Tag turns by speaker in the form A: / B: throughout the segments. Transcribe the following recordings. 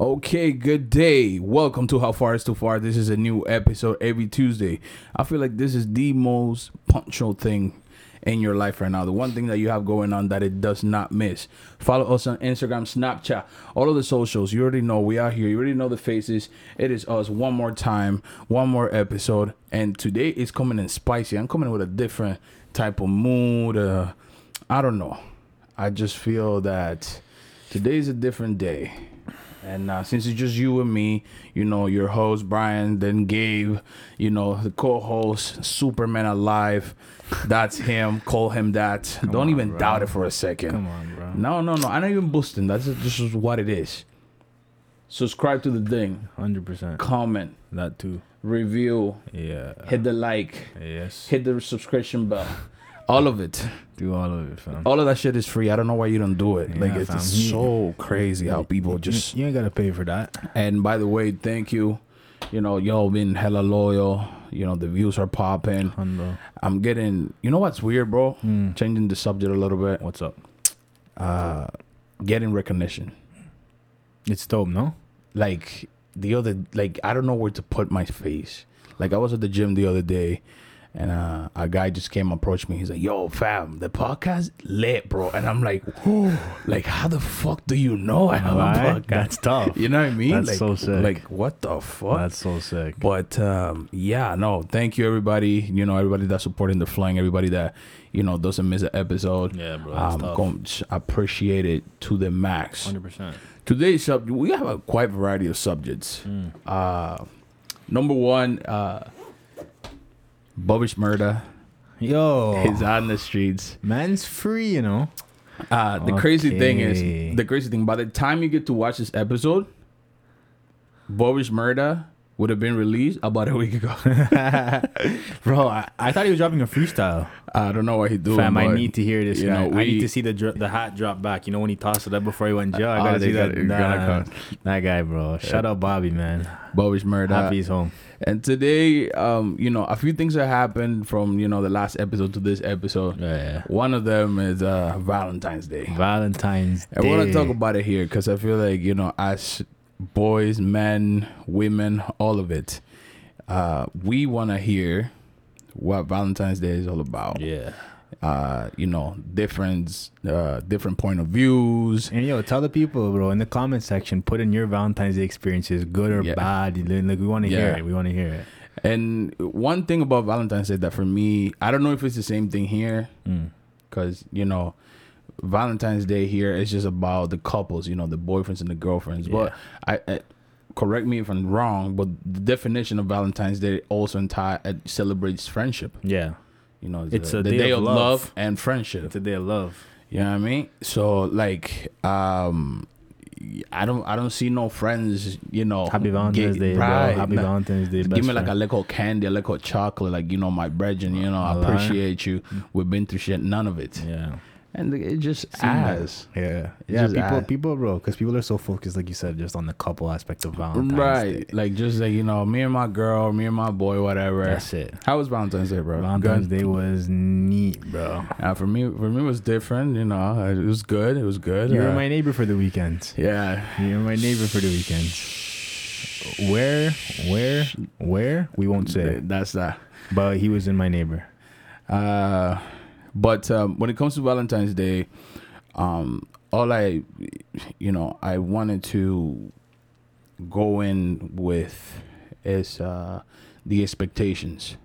A: Okay, good day. Welcome to How Far Is Too Far. This is a new episode every Tuesday. I feel like this is the most punctual thing in your life right now. The one thing that you have going on that it does not miss. Follow us on Instagram, Snapchat, all of the socials. You already know we are here. You already know the faces. It is us one more time, one more episode. And today is coming in spicy. I'm coming with a different type of mood. Uh, I don't know. I just feel that today's a different day. And uh, since it's just you and me, you know, your host, Brian, then Gabe, you know, the co host, Superman Alive. That's him. Call him that. Don't
B: on,
A: even
B: bro.
A: doubt it for a second.
B: Come on, bro.
A: No, no, no. I'm not even boosting. That's just, this is what it is. Subscribe to the thing,
B: Hundred percent.
A: comment,
B: That too.
A: review,
B: Yeah.
A: hit the like,
B: Yes.
A: hit the subscription bell. All of it.
B: Do all of it, fam.
A: All of that shit is free. I don't know why you don't do it.
B: Yeah,
A: like, it's,
B: fam.
A: it's so crazy how people just.
B: you, you ain't gotta pay for that.
A: And by the way, thank you. You know, y'all been hella loyal. You know, the views are popping.
B: Hundo.
A: I'm getting, you know what's weird, bro?
B: Hmm.
A: Changing the subject a little bit.
B: What's up?
A: Uh, getting recognition.
B: It's dope, no?
A: Like the other, like I don't know where to put my face. Like I was at the gym the other day, and uh, a guy just came approached me. He's like, "Yo, fam, the podcast lit, bro." And I'm like, "Like how the fuck do you know I have a
B: Right?
A: podcast?"
B: That's tough.
A: You know what I mean?
B: That's
A: like,
B: so sick.
A: Like what the fuck?
B: That's so sick.
A: But um, yeah, no, thank you everybody. You know, everybody that's supporting the flying, everybody that you know doesn't miss an episode.
B: Yeah, bro, that's
A: Um,
B: tough.
A: gon- sh- appreciate it to the max.
B: Hundred percent.
A: Today's sub, we have a quite variety of subjects.
B: Mm.
A: Uh, number one, uh, Bubbish murder
B: Yo,
A: is
B: Oh.
A: on the streets.
B: man's free, you know.
A: Uh, the crazy thing
B: Okay.
A: is, the crazy thing. By the time you get to watch this episode, Bubbish murder would have been released about a week ago.
B: Bro, I, I thought he was dropping a freestyle.
A: I don't know what he doing.
B: Fam, I
A: but-
B: need to hear this
A: you
B: guy.
A: know,
B: I need
A: we-
B: to see the dr- the hat drop back. You know when he tossed it up before he went jail. I
A: Oh,
B: gotta
A: they
B: see
A: gotta-
B: that.
A: gotta
B: Nah, that guy, bro. Shout out Bobby, man.
A: Bobby's murder.
B: Happy he's home.
A: And today, um, you know, a few things have happened from you know the last episode to this episode.
B: Yeah.
A: One of them is uh, Valentine's Day.
B: Valentine's
A: I
B: Day.
A: want to talk about it here because I feel like you know, as boys, men, women, all of it, uh, we want to hear what Valentine's Day is all about.
B: Yeah.
A: Uh, you know, different, uh, different point of views.
B: And yo, tell the people, bro, in the comment section, put in your Valentine's Day experiences, good or
A: Yeah.
B: bad. You know, Like we want to hear
A: Yeah.
B: it. We want to hear it.
A: And one thing about Valentine's Day that for me, I don't know if it's the same thing here,
B: Mm.
A: because you know, Valentine's Day here is just about the couples, you know, the boyfriends and the girlfriends. But I, I correct me if I'm wrong, but the definition of Valentine's Day also enti- it celebrates friendship.
B: Yeah.
A: You know,
B: It's a day of love.
A: and friendship.
B: It's a day of love.
A: You know what I mean? So like, um, I don't, I don't see no friends. You know,
B: Happy Valentine's
A: Oh, get-
B: Day,
A: right,
B: bro. Happy
A: nah.
B: Valentine's Day.
A: Give me like a little candy, a little chocolate, like you know, my brethren. You know, I
B: A Mm. lie.
A: appreciate you. We've been through shit, none of it,
B: yeah.
A: and it just
B: that.
A: adds.
B: Yeah, yeah.
A: just
B: People,
A: add-
B: people, bro, because people are so focused, like you said, just on the couple aspect of Valentine's
A: Right,
B: Day.
A: like just like you know, me and my girl, me and my boy, whatever.
B: That's it.
A: How was Valentine's Day, bro?
B: Valentine's
A: Good?
B: Day was neat, bro.
A: Uh, for me, for me, it was different. You know, it was good. It was good.
B: You were
A: Uh,
B: my neighbor for the weekend.
A: yeah.
B: You were my neighbor for the weekend. Where, where, where? We won't say,
A: That's that.
B: but he was in my neighbor.
A: Uh, but um, when it comes to Valentine's Day, um, all I, you know, I wanted to go in with is uh, the expectations.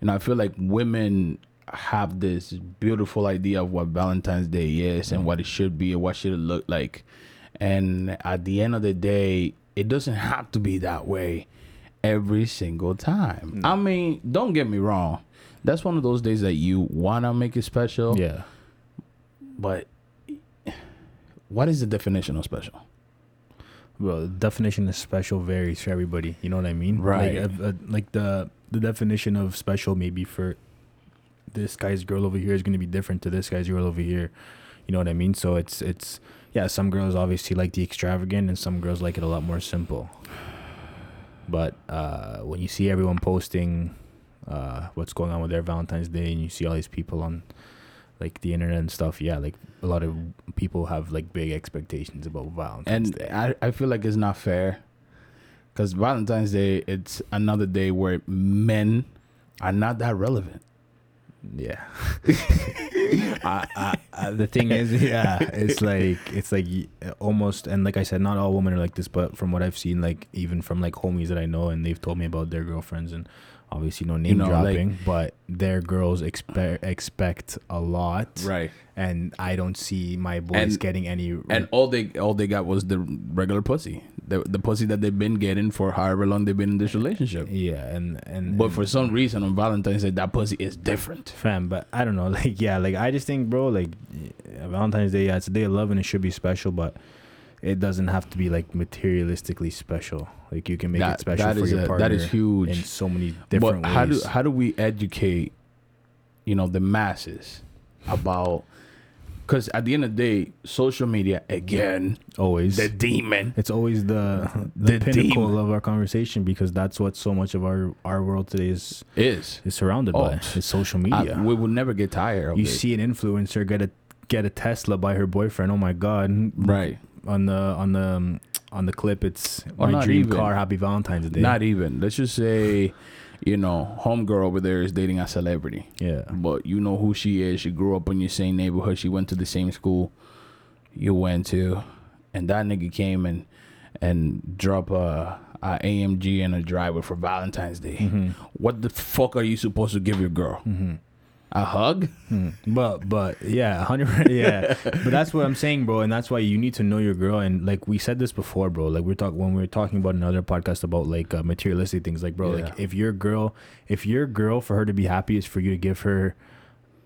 A: And I feel like women have this beautiful idea of what Valentine's Day is and what it should be and what should it look like. And at the end of the day, it doesn't have to be that way every single time. I mean, don't get me wrong. That's one of those days that you want to make it special,
B: Yeah.
A: but what is the definition of special?
B: Well, the definition of special varies for everybody. You know what I mean?
A: Right.
B: Like, uh, uh, like the the definition of special maybe for this guy's girl over here is going to be different to this guy's girl over here. You know what I mean? So it's it's yeah. Some girls obviously like the extravagant, and some girls like it a lot more simple. But uh, when you see everyone posting uh, what's going on with their Valentine's Day, and you see all these people on like the internet and stuff, yeah, like a lot of people have like big expectations about Valentine's
A: and
B: Day.
A: I, I feel like it's not fair because Valentine's Day it's another day where men are not that relevant.
B: Yeah. I, I, I, the thing is, yeah, it's like it's like y- almost, and like I said, not all women are like this, but from what I've seen, like even from like homies that I know, and they've told me about their girlfriends, and obviously no name
A: know, like-
B: dropping, but their girls expect expect a lot,
A: Right.
B: and I don't see my boys
A: And-
B: getting any.
A: And all they all they got was the regular pussy, the the pussy that they've been getting for however long they've been in this relationship.
B: yeah, and and
A: But
B: and-
A: for some reason on Valentine's Day that pussy is different.
B: fam but i don't know like yeah like i just think bro like yeah, valentine's day yeah it's a day of love and it should be special but it doesn't have to be like materialistically special like you can make
A: That-
B: it special
A: that
B: for
A: is
B: your
A: a-
B: partner
A: that is huge.
B: in so many different
A: but
B: ways
A: how do how do we educate, you know, the masses about? Because at the end of the day, social media again
B: always
A: the demon.
B: it's always the the,
A: The
B: pinnacle
A: demon.
B: of our conversation because that's what so much of our our world today is
A: is.
B: is surrounded
A: Oh,
B: by is social
A: I-
B: media
A: we will never get tired of
B: you
A: it.
B: see an influencer get a get a tesla by her boyfriend oh my god
A: right.
B: on the on the um, on the clip it's
A: Or
B: my
A: not
B: dream
A: even.
B: car happy valentine's day
A: Not even. Let's just say, you know, homegirl over there is dating a celebrity,
B: yeah
A: but you know who she is. She grew up in your same neighborhood. She went to the same school you went to, and that nigga came and and drop a, a AMG and a driver for Valentine's Day.
B: Mm-hmm.
A: What the fuck are you supposed to give your girl? A hug?
B: Mm. but but yeah 100 yeah but that's what i'm saying bro and that's why you need to know your girl and like we said this before bro like we're talking when we were talking about another podcast about like uh, materialistic things like bro like
A: Yeah.
B: if your girl if your girl for her to be happy is for you to give her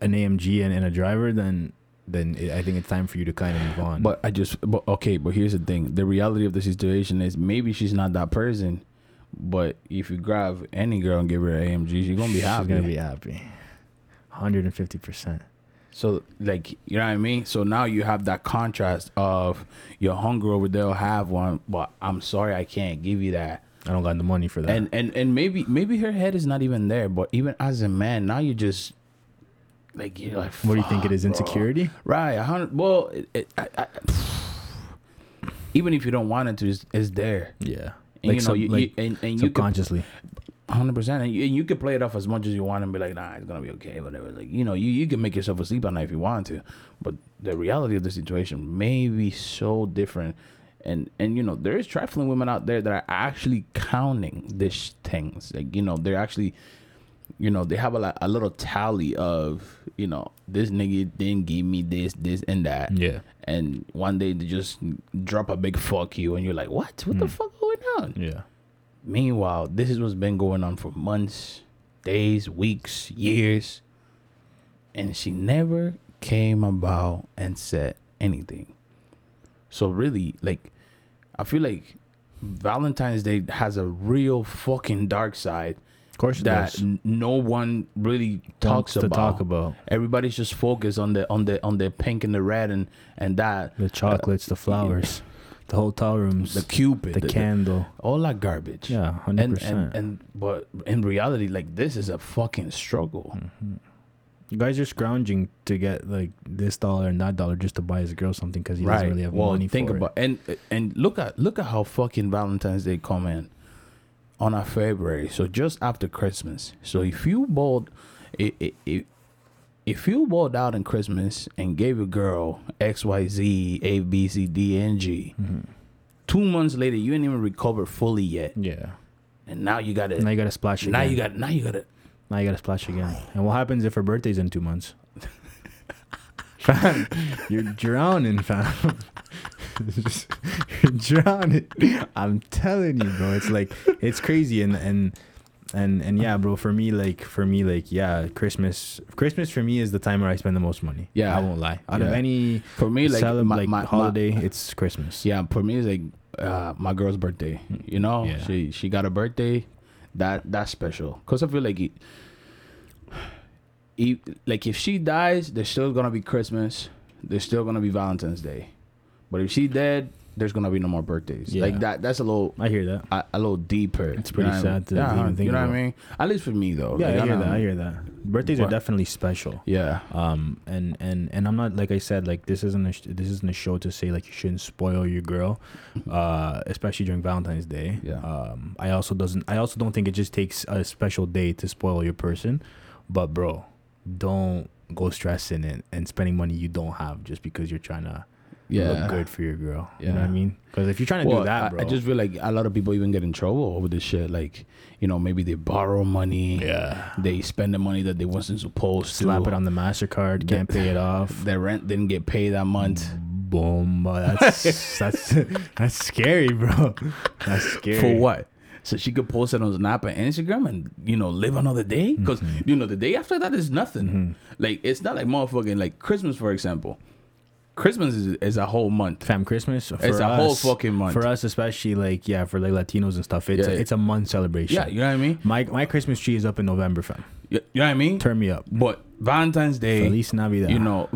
B: an amg and, and a driver then then it, i think it's time for you to kind of move on
A: But I just, but okay, but here's the thing: the reality of the situation is maybe she's not that person, but if you grab any girl and give her an AMG, she's gonna be happy.
B: she's gonna be happy 150 percent
A: So like, you know what I mean? So now you have that contrast of your hunger over there will have one, but I'm sorry I can't give you that.
B: i don't got the money for that
A: And and and maybe maybe her head is not even there, but even as a man, now you just like you're like,
B: What do you think it is?
A: "Fuck, bro."
B: Insecurity?
A: Right. A hundred. Well, it, it, I, I, even if you don't want it to, it's, it's there.
B: Yeah.
A: And you know, you, you, and, and you can
B: subconsciously.
A: hundred percent, and you, and you can play it off as much as you want and be like, nah, it's gonna be okay, whatever. Like you know, you, you can make yourself asleep at night if you want to, but the reality of the situation may be so different, and and you know, there is trifling women out there that are actually counting these things. Like you know, they're actually, you know, they have a lot, a little tally of you know, this nigga didn't give me this, this, and that.
B: yeah.
A: And one day they just drop a big fuck you, and you're like, what? What the fuck going on?
B: Yeah.
A: Meanwhile, this is what's been going on for months, days, weeks, years. And she never came about and said anything. So, really, like, I feel like Valentine's Day has a real fucking dark side
B: Of course it
A: that
B: does.
A: n- no one really talks
B: Wants to
A: about.
B: talk about.
A: Everybody's just focused on the on the on the pink and the red and and that
B: The chocolates, the flowers, the hotel rooms,
A: the
B: the,
A: cupid,
B: candle.
A: all that garbage.
B: yeah, hundred
A: and, and
B: percent.
A: and but in reality, like this is a fucking struggle.
B: Mm-hmm. You guys are scrounging to get like this dollar and that dollar just to buy his girl something because he doesn't really have
A: well,
B: money
A: think
B: for
A: about and and look at look at how fucking Valentine's Day come in on a February, so just after Christmas. So if you bought i- i- i- if you bought out in Christmas and gave your girl X Y Z A B C D and G,
B: Mm-hmm.
A: two months later you ain't even recovered fully yet,
B: it. Yeah.
A: and now you got to
B: Now you got to splash again.
A: now you got now you got to
B: now you got to splash again. And what happens if her birthday's in two months? fam, you're drowning, fam. you're drowning. I'm telling you, bro. It's like it's crazy, and and and and yeah, bro. For me, like for me, like yeah, Christmas. Christmas for me is the time where I spend the most money.
A: Yeah.
B: I won't lie. Out of
A: Yeah.
B: any
A: for me like
B: celeb,
A: my,
B: like
A: my- my-
B: holiday, it's Christmas.
A: Yeah, for me it's like uh, my girl's birthday. You know,
B: Yeah.
A: she she got a birthday. That that's special. Cause I feel like it, e like if she dies, there's still gonna be Christmas. There's still gonna be Valentine's Day. But if she dead, there's gonna be no more birthdays.
B: Yeah.
A: Like that. That's a little
B: I hear that.
A: a, a little deeper.
B: It's pretty
A: you know what I
B: sad to
A: mean? yeah,
B: even think
A: You know
B: about.
A: what I mean? At least for me though.
B: Yeah,
A: Like,
B: I hear
A: know.
B: that. I hear that. Birthdays are
A: But-
B: definitely special.
A: Yeah.
B: um and and and i'm not like i said like this isn't a sh- this isn't a show to say like you shouldn't spoil your girl uh especially during valentine's day
A: Yeah.
B: um i also doesn't i also don't think it just takes a special day to spoil your person but bro don't go stressing it and spending money you don't have just because you're trying to
A: Yeah.
B: look good for your girl you know what
A: Yeah.
B: i mean because if you're trying to
A: Well,
B: do
A: I-
B: that bro
A: I, just feel like a lot of people even get in trouble over this shit. Like, you know, maybe they borrow money,
B: yeah
A: they spend the money that they wasn't supposed to.
B: slap it on the mastercard can't pay it off
A: Their rent didn't get paid that month.
B: boom uh, that's that's that's scary bro that's scary
A: For what? So she could post it on Snap and Instagram and you know live another day because
B: Mm-hmm.
A: you know the day after that is nothing. Like it's not like motherfucking like Christmas for example. Christmas is, is a whole month.
B: fam christmas for
A: It's a whole fucking month.
B: for us especially like yeah for like latinos and stuff it's
A: Yeah.
B: a, it's a month celebration
A: Yeah, you know what I mean.
B: my my christmas tree is up in november fam
A: You, you know what I mean.
B: turn me up
A: But Valentine's Day,
B: at least navidad
A: you know,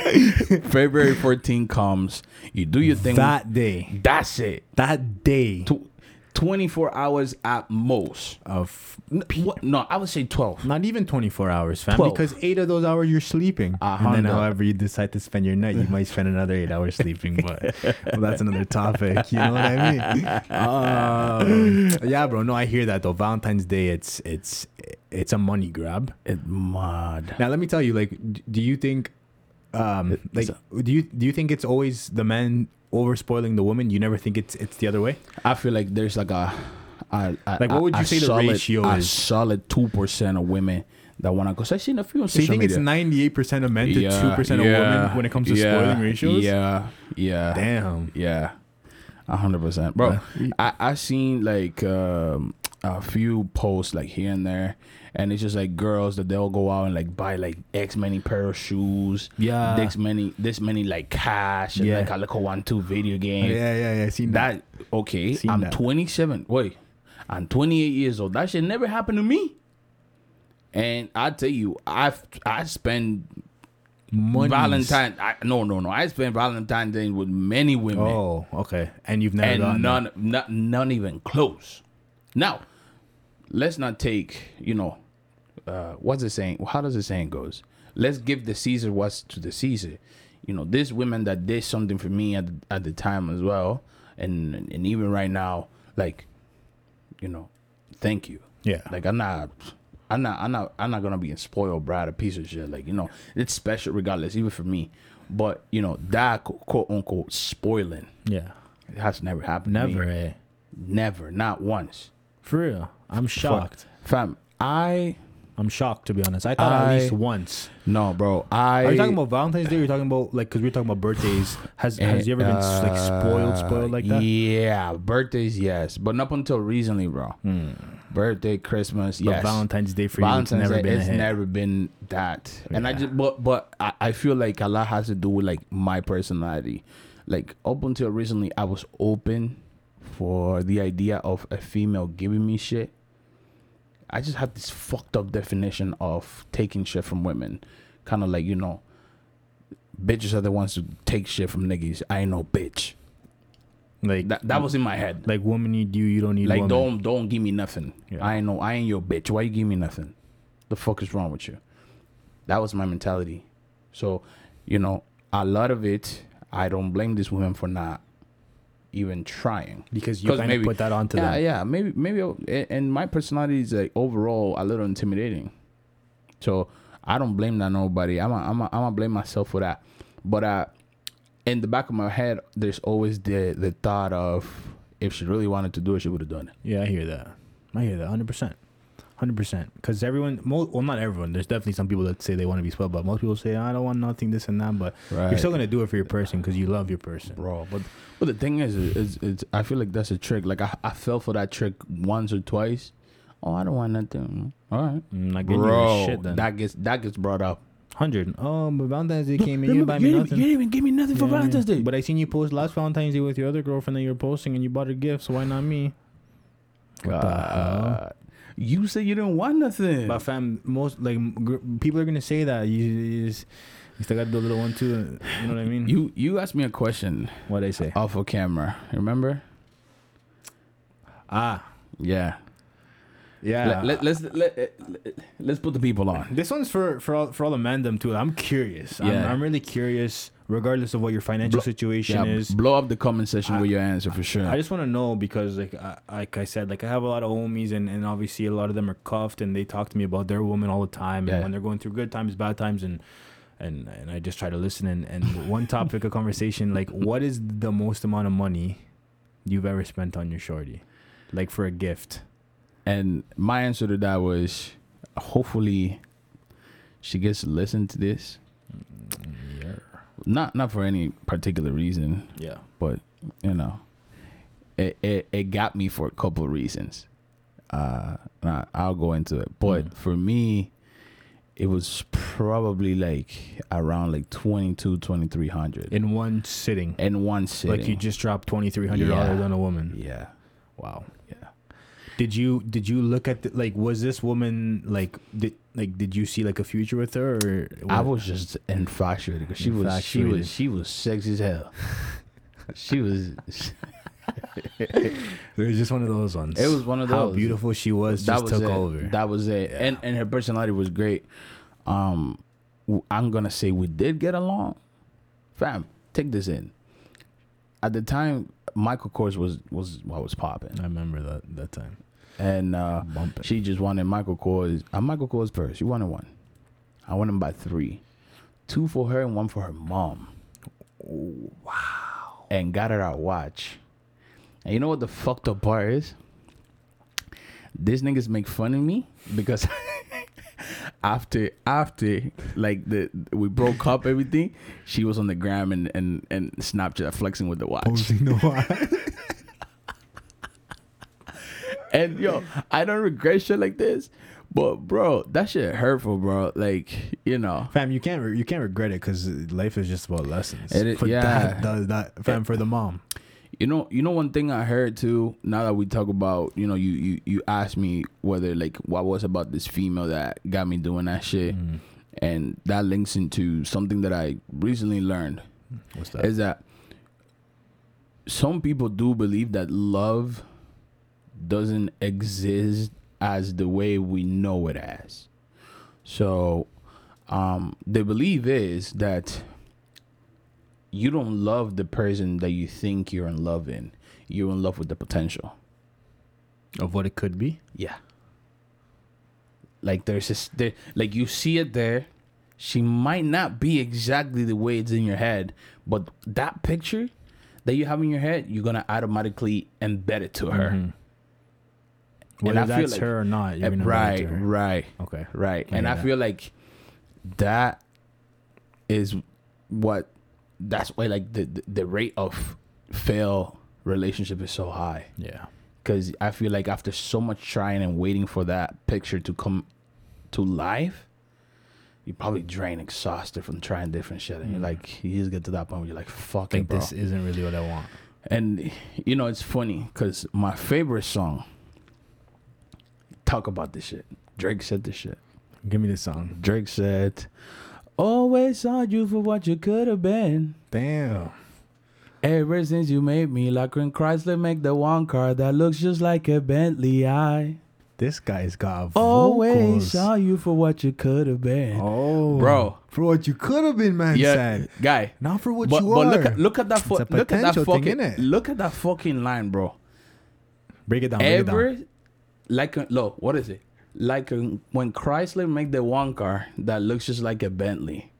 A: February 14 comes. You do your thing.
B: that day
A: that's it.
B: that day
A: Tw- 24 hours at most.
B: of
A: N- what- No, I would say 12.
B: not even 24 hours fam
A: 12.
B: because eight of those hours you're sleeping
A: A
B: and then
A: hundred.
B: however you decide to spend your night you might spend another eight hours sleeping but well, that's another topic you know what i
A: Ah.
B: mean um, yeah bro no i hear that though valentine's day it's it's it's a money grab
A: It mad.
B: Now let me tell you, like, d- do you think, um, like, do you do you think it's always the man over spoiling the woman? You never think it's it's the other way?
A: I feel like there's like a. a- a-
B: Like, what would
A: a-
B: you
A: a
B: say the
A: solid,
B: ratio
A: a
B: is?
A: solid 2% of women that want to go. So I've seen a few on
B: So you
A: social
B: think it's
A: media.
B: ninety eight percent of men to two percent of women when it comes to
A: yeah,
B: spoiling ratios?
A: Yeah, yeah.
B: Damn.
A: Yeah, a hundred percent, bro. I I seen like um, a few posts like here and there, and it's just like girls that they'll go out and like buy like X many pair of shoes,
B: Yeah.
A: this many this many like cash, and
B: Yeah.
A: like a little one two video
B: Yeah,
A: game.
B: yeah, yeah. Seen that.
A: That okay?
B: Seen
A: I'm
B: that.
A: 27. Wait, I'm 28 years old. That shit never happened to me. And I tell you, I I spend
B: Monies.
A: Valentine. I, no, no, no. I spend Valentine's Day with many women
B: Oh, okay. And you've never
A: and
B: gotten that.
A: none, not, none even close. Now, let's not take, you know, uh, what's the saying? How does the saying goes? Let's give the Caesar what's to the Caesar. You know, these women that did something for me at, at the time as well, and and even right now, like, you know, thank you.
B: Yeah.
A: Like I'm not. I'm not, I'm not, I'm not gonna be a spoiled brat, a piece of shit. Like you know, it's special regardless, even for me. But you know, that quote unquote spoiling,
B: yeah.
A: it has never happened. to me.
B: Never. Eh?
A: Never. Not once.
B: For real. I'm shocked.
A: Fam, I.
B: I'm shocked to be honest. I thought
A: I-
B: at least once.
A: No, bro. I.
B: Are you talking about Valentine's Day? Or are you talking about like because we're talking about birthdays? Has has you ever been s- like spoiled, spoiled like that?
A: uh, Yeah. Birthdays, yes. But up until recently, bro. Birthday, Christmas,
B: Hmm. But
A: yes.
B: Valentine's Day for you,
A: Valentine's
B: it's never
A: Day,
B: been a
A: it's
B: hit.
A: never been that. And I just, but, but I, I feel like a lot has to do with like my personality. Like up until recently, I was open for the idea of a female giving me shit. I just had this fucked up definition of taking shit from women, kind of like you know, bitches are the ones who take shit from niggas. I ain't no bitch.
B: like
A: That that was in my head.
B: like woman need you, you don't need
A: Like
B: woman.
A: don't don't give me nothing.
B: Yeah.
A: I ain't no I ain't your bitch. Why you give me nothing? The fuck is wrong with you? That was my mentality. So, you know, a lot of it, I don't blame this woman for not even trying.
B: because you
A: 'Cause
B: kind of
A: maybe-
B: put that onto
A: yeah,
B: them.
A: yeah, maybe maybe I'll- a- and my personality is like overall a little intimidating. So I don't blame that nobody. I'm a, I'm a, I'm gonna blame myself for that. But uh in the back of my head there's always the the thought of if she really wanted to do it, she would have done it.
B: Yeah, I hear that. I hear that 100%. 100%. Because everyone, mo- well, not everyone. There's definitely some people that say they want to be spoiled, but most people say, I don't want nothing, this and that. But you're
A: Right.
B: still going to do it for your person because you love your person.
A: bro. But but the thing is, is, is, is I feel like that's a trick. Like I, I fell for that trick once or twice. Oh, I don't want nothing. All right,
B: Mm, like, then you
A: bro.
B: shit then.
A: that gets that gets brought up.
B: 100. Oh, but Valentine's Day came and you didn't buy me nothing.
A: even give me nothing
B: Yeah, yeah. But I seen you post last Valentine's Day with your other girlfriend that you were posting and you bought her gifts. So why not me? What the hell?
A: God. You said you didn't want nothing.
B: But fam, most like m- gr- people are gonna say that you, you just, You still got to do a little one too. You know what I mean?
A: You Uh, you asked me a question
B: what they say?
A: off of camera. Remember?
B: Ah,
A: Yeah.
B: yeah.
A: Let, us let, us put the people on.
B: this one's for for all, for all the mandem too. I'm curious. I'm,
A: Yeah.
B: I'm really curious, regardless of what your financial
A: Blo-
B: situation
A: Yeah,
B: is.
A: blow up the comment section
B: I-
A: with your answer for sure.
B: I just want to know because, like, I, like I said, like I have a lot of homies, and, and obviously a lot of them are cuffed, and they talk to me about their woman all the time, and
A: Yeah.
B: when they're going through good times, bad times, and and and I just try to listen. And and one topic of conversation, like, what is the most amount of money you've ever spent on your shorty, like for a gift?
A: and my answer to that was, hopefully, she gets to listen to this.
B: Yeah,
A: Not not for any particular reason,
B: yeah.
A: but you know, it it, it got me for a couple of reasons. Uh, and I, I'll go into it, but
B: Mm.
A: for me, it was probably like around like 22 2300
B: In one sitting,
A: in one sitting.
B: like you just dropped twenty three hundred dollars
A: Yeah.
B: on a woman.
A: yeah.
B: Wow.
A: Yeah.
B: Did you did you look at the, like was this woman like did like did you see like a future with her or
A: I
B: what?
A: was just infatuated because she was she
B: Infatuated.
A: was she was sexy as hell. she was. It
B: It was just one of those ones.
A: was one of
B: how
A: those.
B: beautiful she was
A: That
B: just
A: was
B: took
A: it.
B: over.
A: That was it. And and her personality was great. Um, w- I'm gonna say we did get along. Fam, take this in. At the time, Michael Kors was was what was popping,
B: I remember that that time.
A: and uh,
B: Bumping.
A: she just wanted Michael Kors. A Michael Kors purse. She wanted one. I wanted to buy three, two for her and one for her mom. wow. And got her a watch. And you know what the fucked up part is? These niggas make fun of me because after after like the we broke up everything, she was on the gram and and and Snapchat flexing with the watch.
B: Oh,
A: And yo, I don't regret shit like this, but bro, that shit hurtful, bro. Like you know,
B: Fam, you can't re- you can't regret it because life is just about lessons.
A: It is-
B: But
A: yeah.
B: that, does that fam for the mom.
A: you know, you know. One thing I heard too. Now that we talk about, you know, you you you asked me whether like what was about this female that got me doing that
B: Mm-hmm.
A: shit,
B: Mm.
A: and that links into something that I recently learned
B: What's that?
A: is that some people do believe that love doesn't exist as the way we know it as. So, um, the belief is that you don't love the person that you think you're in love in. You're in love with the potential.
B: of what it could be.
A: Yeah. Like there's this, there, like you see it there. She might not be exactly the way it's in your head, but that picture that you have in your head, you're gonna automatically embed it to her.
B: Mhm. Whether
A: I feel
B: that's
A: like-
B: her or not, you're
A: And
B: gonna relate
A: right,
B: to her.
A: right,
B: Okay.
A: right.
B: I
A: and
B: hear
A: I
B: that.
A: feel like that is what that's why like the the, the rate of fail relationship is so high.
B: Yeah.
A: because I feel like after so much trying and waiting for that picture to come to life, you're probably drained, exhausted from trying different shit, and you're like, you just get to that point where you're like, "Fuck it,
B: Mm. Like
A: bro."
B: this isn't really what I want.
A: And you know, it's funny because my favorite song talk about this shit. Drake said this shit.
B: Give me the song.
A: Drake said, "Always saw you for what you could have been."
B: Damn.
A: Ever since you made me like when Chrysler make the one car that looks just like a Bentley, I
B: This guy's got
A: Always
B: vocals.
A: saw you for what you could have been.
B: Oh,
A: Bro.
B: for what you could have been, man. said.
A: guy.
B: not for what
A: but
B: you
A: but
B: are.
A: look at look at that
B: It's a
A: fu- look at that
B: potential thing,
A: fucking
B: innit?
A: look at that fucking line, bro.
B: break it down. break it
A: Ever like a, look, what is it? Like a, when Chrysler make the one car that looks just like a Bentley.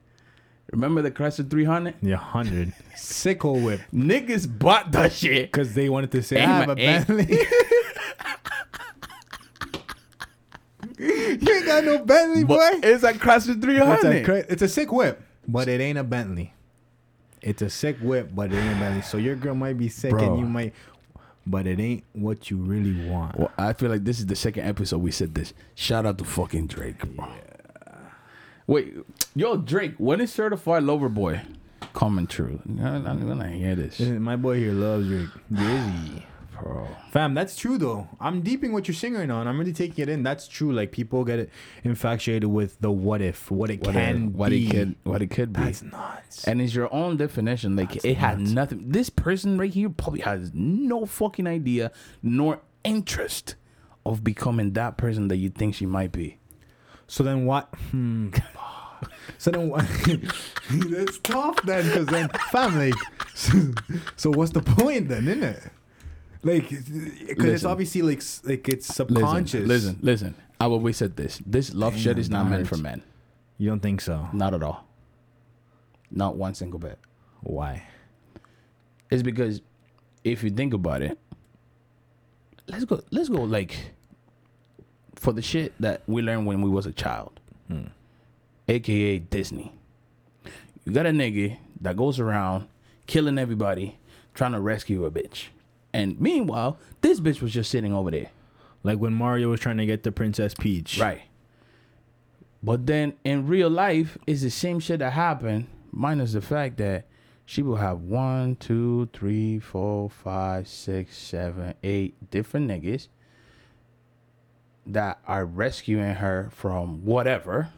A: Remember the Chrysler 300?
B: down. Yeah, hundred sickle whip
A: Niggas bought that shit.
B: because they wanted to say "Ah, I
A: Ain't
B: have
A: my-
B: a Bentley. you ain't got no Bentley,
A: But
B: boy.
A: it's a Chrysler 300.
B: It's a, cra- it's a sick whip, but it ain't a Bentley. It's a sick whip, but it ain't a Bentley. So your girl might be sick,
A: Bro.
B: and you might, but it ain't what you really want.
A: Well, I feel like this is the second episode we said this. Shout out to fucking Drake, bro. Wait, yo, Drake, when is certified lover boy coming true? I, I, I hear this.
B: Listen, My boy here loves Drake. Drizzy.
A: bro.
B: Fam, that's true though. I'm deeping what you're saying right now, and I'm really taking it in. That's true. Like people get infatuated with the what if, what it
A: What
B: can
A: it, what
B: be.
A: it could what it could be.
B: That's nuts.
A: and it's your own definition. Like
B: That's
A: it had
B: nuts.
A: nothing. This person right here probably has no fucking idea nor interest of becoming that person that you think she might be.
B: so then what? Hmm. so then what? that's tough then, because then fam, like, so what's the point then, isn't it? Like, because it's
A: Listen.
B: obviously like s- like it's
A: Listen,
B: subconscious.
A: listen, listen. I've always said this. This love
B: Damn,
A: shit is not
B: that
A: meant for
B: hurts.
A: men.
B: You don't think so?
A: Not at all. Not one single bit.
B: Why?
A: It's because if you think about it, let's go. Let's go. Like for the shit that we learned when we was a child,
B: Hmm.
A: aka Disney. You got a nigga that goes around killing everybody, trying to rescue a bitch, and meanwhile, this bitch was just sitting over there,
B: Like when Mario was trying to get the Princess Peach.
A: right? But then in real life, it's the same shit that happened, minus the fact that she will have one, two, three, four, five, six, seven, eight different niggas that are rescuing her from whatever.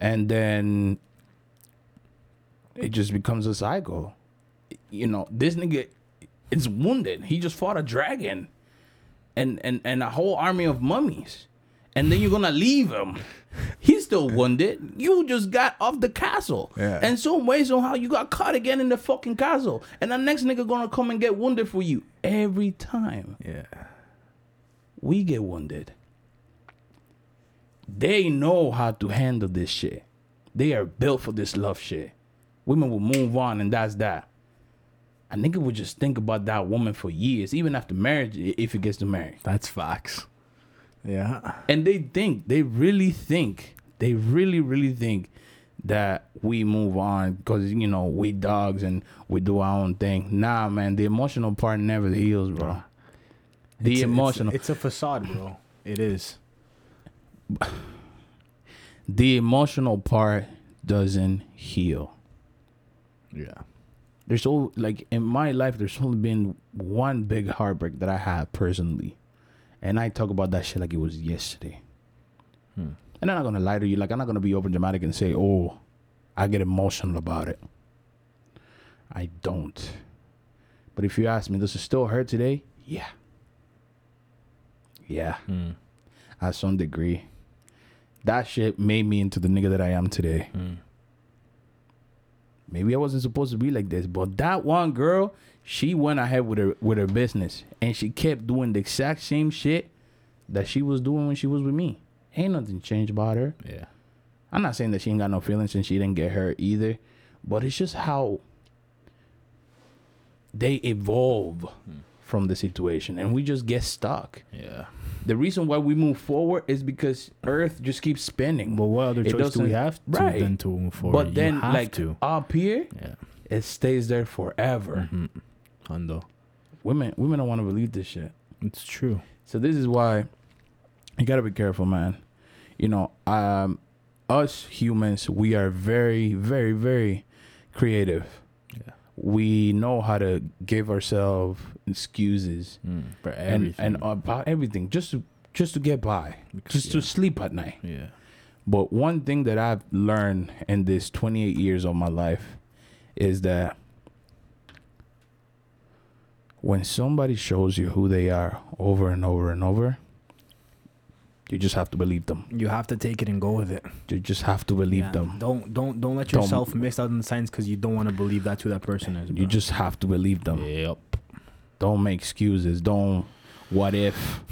A: And then it just becomes a cycle. You know, this nigga is wounded. He just fought a dragon and, and, and a whole army of mummies. And then you're gonna leave him. He's still wounded. You just got off the castle.
B: Yeah.
A: And some way, somehow you got caught again in the fucking castle. And the next nigga gonna come and get wounded for you. Every time
B: Yeah.
A: we get wounded. They know how to handle this shit. They are built for this love shit. Women will move on and that's that. A nigga would just think about that woman for years, even after marriage, i- if he gets to marry.
B: That's facts. Yeah.
A: And they think, they really think, they really, really think that we move on because, you know, we dogs and we do our own thing. Nah, man, the emotional part never heals, bro. The
B: It's a- it's a-
A: emotional.
B: It's, a facade, bro. It is.
A: the emotional part doesn't heal.
B: Yeah.
A: There's all like in my life, there's only been one big heartbreak that I had personally, and I talk about that shit like it was yesterday.
B: Hmm.
A: And I'm not gonna lie to you, like I'm not gonna be over dramatic and say, "Oh, I get emotional about it." I don't. But if you ask me, does it still hurt today? Yeah. Yeah,
B: Hmm.
A: at some degree. That shit made me into the nigga that I am today.
B: Hmm.
A: maybe I wasn't supposed to be like this, but that one girl, she went ahead with her with her business and she kept doing the exact same shit that she was doing when she was with me. Ain't nothing changed about her.
B: Yeah.
A: I'm not saying that she ain't got no feelings and she didn't get hurt either, but it's just how they evolve from the situation and we just get stuck.
B: Yeah.
A: The reason why we move forward is because Earth just keeps spinning.
B: But what other
A: It
B: choice do
A: doesn't-
B: we have to
A: Right.
B: then to move forward?
A: but then
B: you have
A: like
B: to.
A: up here,
B: Yeah.
A: it stays there forever.
B: Hondo.
A: Women women don't want to believe this shit.
B: It's true.
A: So this is why you gotta be careful, man. You know, um, us humans, we are very, very, very creative.
B: Yeah.
A: We know how to give ourselves excuses
B: Hmm. For
A: and,
B: everything.
A: and about everything just to just to get by, just to sleep at night.
B: Yeah.
A: But one thing that I've learned in this 28 years of my life is that when somebody shows you who they are over and over and over, you just have to believe them.
B: You have to take it and go with it.
A: You just have to believe
B: Yeah.
A: them.
B: Don't don't don't let
A: Don't-
B: yourself miss out on the signs because you don't want to believe that's who that person is.
A: You
B: bro.
A: just have to believe them.
B: Yep.
A: Don't make excuses. Don't what if.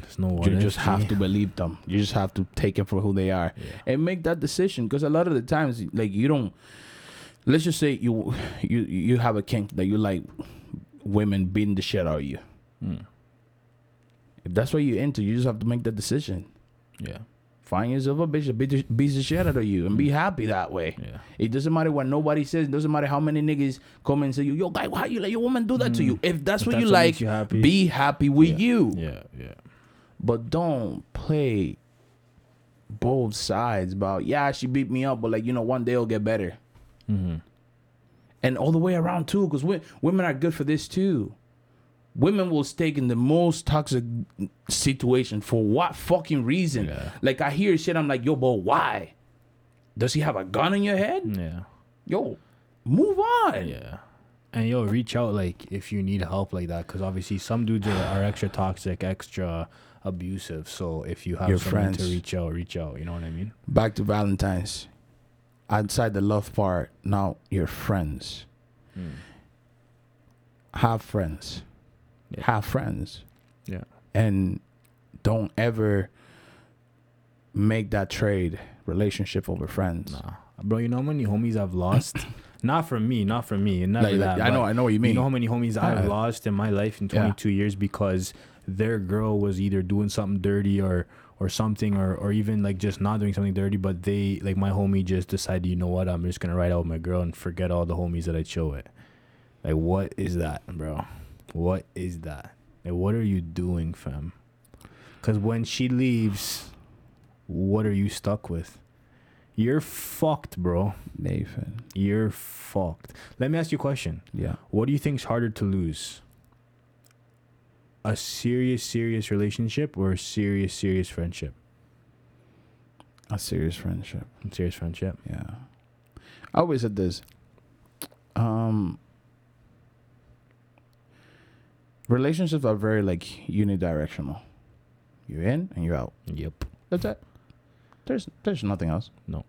B: There's no
A: you just have to believe them. You just have to take it for who they are.
B: Yeah.
A: and make that decision because a lot of the times like you don't let's just say you you you have a kink that you like women beating the shit out of you
B: Mm.
A: if that's what you're into you just have to make that decision
B: Yeah.
A: find yourself a bitch that beat the- beats the shit out of you and be happy that way
B: Mm. Yeah.
A: it doesn't matter what nobody says it doesn't matter how many niggas come and say you yo guy why you let your woman do that to you if that's
B: Mm. If
A: what you
B: that's what makes
A: like
B: you happy.
A: be happy with
B: Yeah.
A: you
B: Yeah. Yeah.
A: but don't play both sides about yeah she beat me up but like you know one day it'll get better
B: Mm-hmm.
A: and all the way around too because women are good for this too women will stay in the most toxic situation for what fucking reason?
B: Yeah.
A: Like I hear shit, I'm like, yo, but why? Does he have a gun in your head?
B: Yeah.
A: Yo, move on.
B: Mm. Yeah. And yo, reach out like if you need help like that, because obviously some dudes are, are extra toxic, extra abusive. So if you have
A: Your
B: someone to
A: friends.
B: reach out, reach out. You know what I mean?
A: Back to Valentine's. Outside the love part, now your friends. Have friends.
B: Yeah.
A: Have friends.
B: Yeah.
A: And don't ever make that trade relationship over friends.
B: Nah, bro. You know how many homies I've lost? not from me, not from me, and never
A: Like,
B: that.
A: I know,
B: but
A: I know what you mean.
B: You know how many homies I've
A: Yeah.
B: lost in my life in
A: Yeah.
B: 22 years because their girl was either doing something dirty or or something or or even like just not doing something dirty, but they like my homie just decided, you know what, I'm just gonna ride out with my girl and forget all the homies that I chill with. Like, what is that, bro? What is that? Like, what are you doing, fam? Because when she leaves, what are you stuck with? You're fucked, bro.
A: Nathan.
B: You're fucked. Let me ask you a question.
A: Yeah.
B: What do you think's harder to lose? A serious, serious relationship or a serious, serious friendship?
A: A serious friendship.
B: Serious friendship.
A: Yeah. I always said this. Um relationships are very like unidirectional. You're in and you're out.
B: Yep.
A: That's it. There's there's nothing else.
B: No.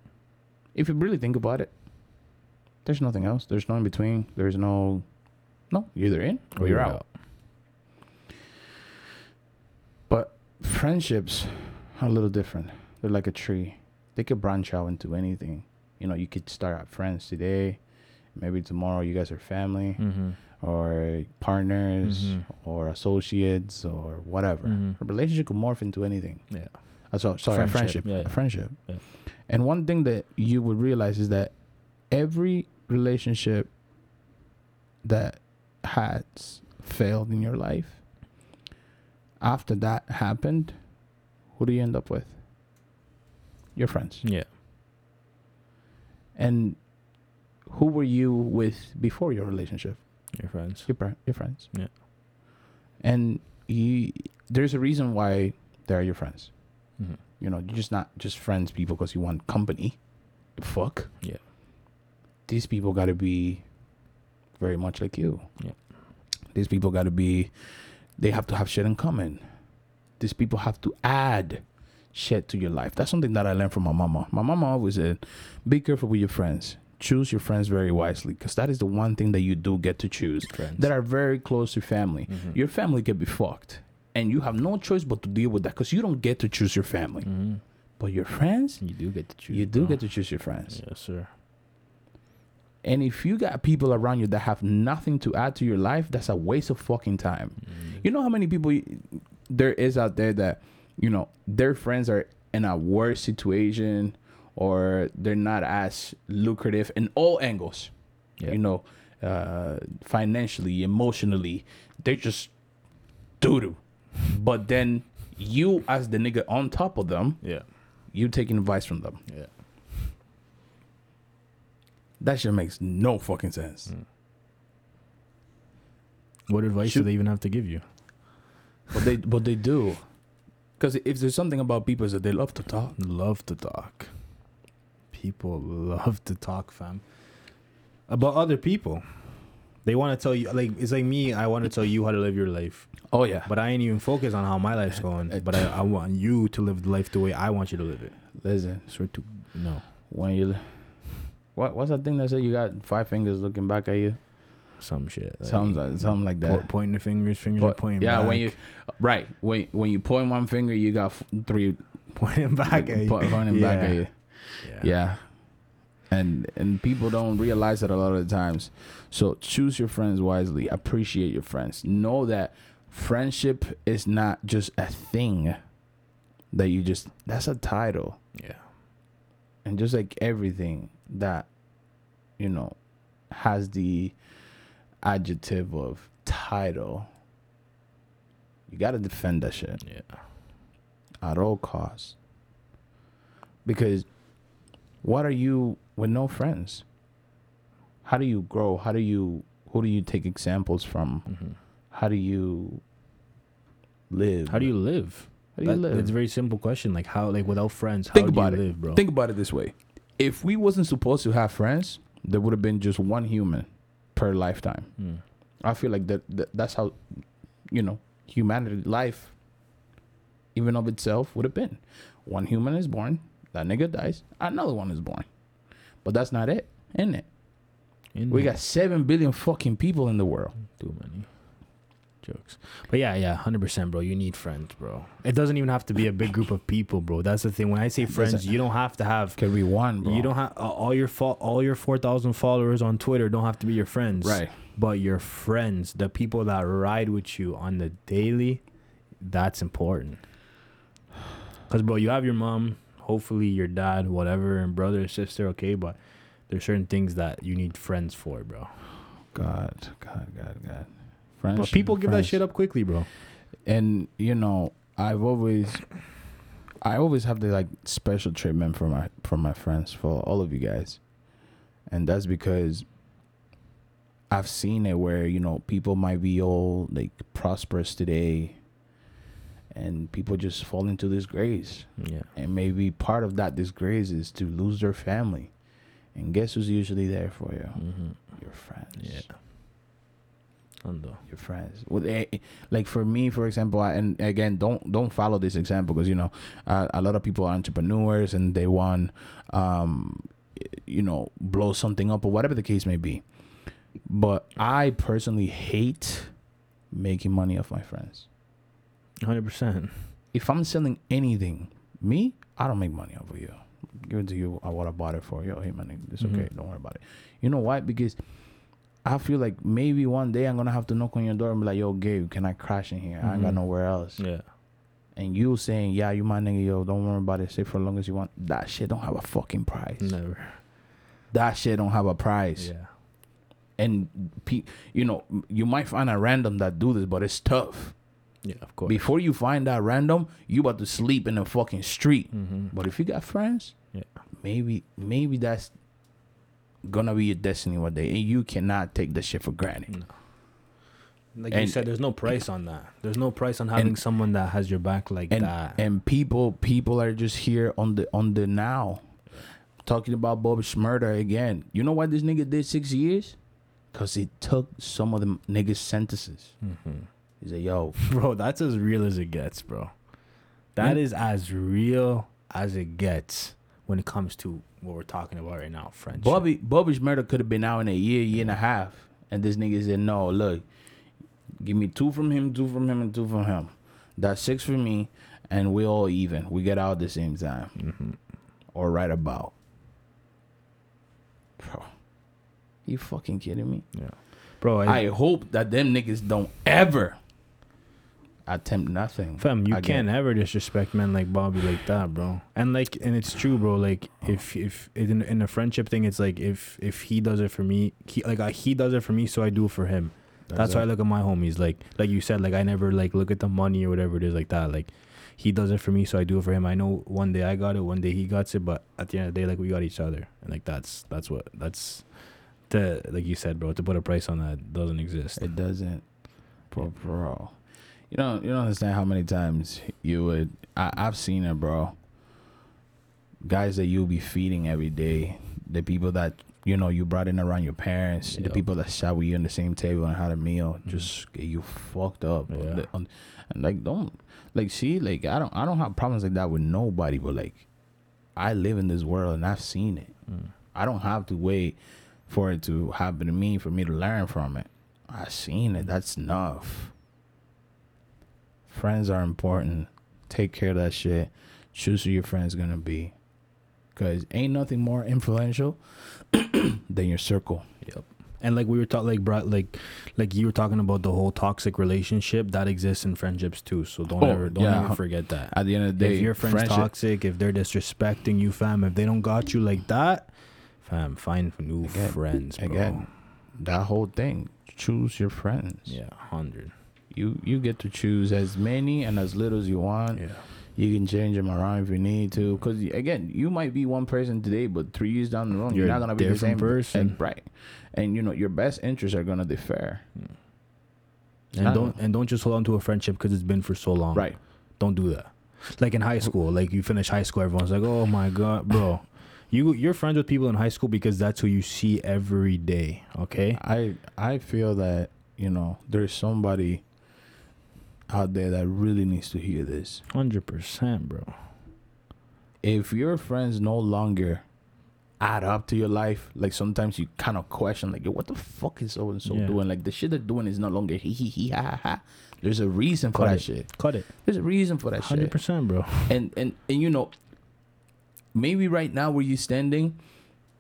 A: If you really think about it, there's nothing else. There's no in between. There's no no, you're either in or, you're out. But friendships are a little different. They're like a tree. They could branch out into anything. You know, you could start out friends today. Maybe tomorrow you guys are family
B: Mm-hmm.
A: or partners
B: Mhm.
A: or associates or whatever.
B: Mhm.
A: A relationship could morph into anything.
B: Yeah.
A: Uh, so, sorry, friendship.
B: Friendship,
A: friendship.
B: yeah, yeah.
A: A friendship.
B: Yeah.
A: And one thing that you would realize is that every relationship that has failed in your life, after that happened, who do you end up with? Your friends.
B: Yeah.
A: And who were you with before your relationship?
B: Your friends.
A: Your, par- your friends.
B: Yeah.
A: And you, there's a reason why they're your friends.
B: Mm-hmm.
A: You know, you're just not just friends people because you want company. Fuck.
B: Yeah.
A: These people got to be very much like you.
B: Yeah.
A: These people got to be, they have to have shit in common. These people have to add shit to your life. That's something that I learned from my mama. My mama always said, be careful with your friends. Choose your friends very wisely because that is the one thing that you do get to choose
B: Friends.
A: that are very close to family.
B: Mhm.
A: Your family can be fucked. And you have no choice but to deal with that because you don't get to choose your family.
B: hmm
A: But your friends,
B: Mm-hmm. You do get to choose.
A: you do
B: bro.
A: get to choose your friends.
B: Yes, sir.
A: And if you got people around you that have nothing to add to your life, that's a waste of fucking time. You know how many people y- there is out there that, you know, their friends are in a worse situation or they're not as lucrative in all angles,
B: Yeah.
A: you know, uh, financially, emotionally. They're just doo doo. but then you, as the nigga on top of them,
B: Yeah.
A: you taking advice from them.
B: Yeah.
A: That shit makes no fucking sense.
B: What advice
A: Shoot.
B: do they even have to give you?
A: But they but they do. Because if there's something about people is that they love to talk.
B: Love to talk. People love to talk, fam. About other people. They want to tell you, like, it's like me, I want to tell you how to live your life.
A: Oh yeah.
B: But I ain't even focused on how my life's going. But I, I want you to live the life the way I want you to live it.
A: Listen,
B: Swear to no.
A: when you what what's that thing that said you got five fingers looking back at you?
B: Some shit. Like,
A: Sounds like something like
B: po-
A: that.
B: pointing the fingers, fingers are
A: But-
B: pointing
A: yeah,
B: back.
A: when you right when when you point one finger, you got f- three
B: pointing back at you.
A: po- pointing back at you.
B: Yeah.
A: Yeah. And and people don't realize that a lot of the times. So choose your friends wisely. Appreciate your friends. Know that friendship is not just a thing that you just that's a title.
B: Yeah.
A: And just like everything that you know has the adjective of title. You gotta defend that shit
B: Yeah.
A: at all costs. Because what are you with no friends? How do you grow? How do you who do you take examples from?
B: Mm-hmm.
A: how do you live?
B: How do you live?
A: How do you
B: That-
A: live?
B: That's a very simple question. Like how, like without friends, how
A: Think
B: do
A: about
B: you
A: it.
B: live, bro?
A: Think about it this way: if we wasn't supposed to have friends, there would have been just one human per lifetime.
B: Mm.
A: I feel like that, that that's how you know humanity life even of itself would have been one human is born that nigga dies another one is born but that's not it isn't it
B: In
A: we got 7 billion fucking people in the world
B: too many jokes. But yeah, yeah, hundred percent, bro. You need friends, bro. It doesn't even have to be a big group of people, bro. That's the thing. When I say friends, you don't have to have.
A: can be one bro
B: You don't have all your fo- all your four thousand followers on Twitter don't have to be your friends,
A: Right.
B: But your friends, the people that ride with you on the daily, that's important. Cause bro, you have your mom, hopefully your dad, whatever, and brother, sister, okay. But there's certain things that you need friends for, bro.
A: god god god god friends
B: But people give that shit up quickly, bro.
A: and you know i've always i always have the like special treatment for my for my friends for all of you guys and that's because i've seen it where you know people might be all like prosperous today and people just fall into this grace
B: Yeah.
A: and maybe part of that disgrace is to lose their family and guess who's usually there for you
B: Mm-hmm.
A: your friends
B: Yeah. Undo.
A: your friends Well, eh, eh, like for me for example I, and again don't don't follow this example because you know uh, a lot of people are entrepreneurs and they want um eh, you know blow something up or whatever the case may be but i personally hate making money off my friends
B: 100%.
A: if i'm selling anything me i don't make money off of you give it to you uh, what i bought it for yo hey man it's okay
B: Mhm.
A: don't worry about it you know why because I feel like maybe one day I'm gonna have to knock on your door and be like, "Yo, Gabe, can I crash in here? I ain't got
B: Mhm.
A: nowhere else."
B: Yeah.
A: And you saying, "Yeah, you my nigga, yo, don't worry about it. Stay for as long as you want." That shit don't have a fucking price.
B: Never.
A: That shit don't have a price.
B: Yeah.
A: And pe- you know, you might find a random that do this, but it's tough.
B: Yeah, of course.
A: Before you find that random, you about to sleep in the fucking street.
B: mm-hmm.
A: But if you got friends,
B: Yeah.
A: maybe maybe that's gonna be your destiny one day, and you cannot take that shit for granted.
B: Like you
A: And-
B: said, there's no price on that. There's no price on having
A: And-
B: someone that has your back like
A: and
B: that.
A: and people people are just here on the on the now talking about Bob Schmurder again. You know why this nigga did six years? Cause it took some of the niggas' sentences.
B: Mm-hmm.
A: He said, "Yo,
B: bro, that's as real as it gets, bro. That is as real as it gets when it comes to what we're talking about right now, friendship.
A: Bobby Bobby Schmurder could have been out in a year, year and a half, and this nigga said, "No, look, give me two from him, two from him, and two from him. That's six for me, and we all even. We get out at the same time,
B: Mm-hmm.
A: or right about." Bro, you fucking kidding me?
B: Yeah. Bro, I,
A: I hope that them niggas don't ever attempt nothing.
B: Fam, you
A: again.
B: can't ever disrespect men like Bobby like that, bro. And like, and it's true, bro. Like, if if in in a friendship thing, it's like if if he does it for me, he like I, he does it for me, so I do it for him. That's why I look at my homies. Like like you said, like I never like look at the money or whatever it is like that. Like he does it for me, so I do it for him. I know one day I got it, one day he got it, but at the end of the day, like we got each other, and like that's that's what that's the like you said, bro. To put a price on that doesn't exist.
A: It doesn't, bro, bro. You don't you don't understand how many times you would. I, I've seen it, bro. Guys that you'll be feeding every day, the people that you know you brought in around your parents, the
B: Yep.
A: people that sat with you on the same table and had a meal, just get you fucked up. bro.
B: Yeah.
A: The- on- and like don't like see like I don't I don't have problems like that with nobody, but like I live in this world and I've seen it.
B: Mm.
A: I don't have to wait for it to happen to me for me to learn from it. I seen it. That's enough. Friends are important. Take care of that shit. Choose who your friends gonna be. Cause ain't nothing more influential than your circle.
B: Yep. And like we were talking, like bro, like like you were talking about the whole toxic relationship that exists in friendships too. So don't
A: Oh,
B: ever don't
A: yeah.
B: ever forget that.
A: At the end of the day,
B: if your friend's
A: friendship-
B: toxic, if they're disrespecting you, fam, if they don't got you like that, fam, find new
A: Again.
B: friends, bro.
A: Again. that whole thing. Choose your friends.
B: Yeah, hundred.
A: You you get to choose as many and as little as you want.
B: Yeah.
A: You can change them around if you need to. Because again, you might be one person today, but three years down the road, you're,
B: You're
A: not
B: a
A: gonna be the
B: different
A: same
B: person.
A: and- right? And you know your best interests are gonna differ.
B: and
A: I
B: don't,
A: don't
B: and don't just hold on to a friendship because it's been for so long.
A: Uh, Right.
B: Don't do that. Like in high school, like you finish high school, everyone's like, "Oh my god, bro." You, you're friends with people in high school because that's who you see every day, okay?
A: I I feel that you know there's somebody out there that really needs to hear this.
B: 100%, bro.
A: If your friends no longer add up to your life, like sometimes you kind of question, like, Yo, what the fuck is so and so
B: Yeah.
A: doing? Like the shit they're doing is no longer he he he ha ha. ha. There's a reason for
B: Cut
A: that
B: it.
A: shit.
B: Cut it.
A: There's a reason for that shit.
B: 100%, bro.
A: and and and you know maybe right now where you're standing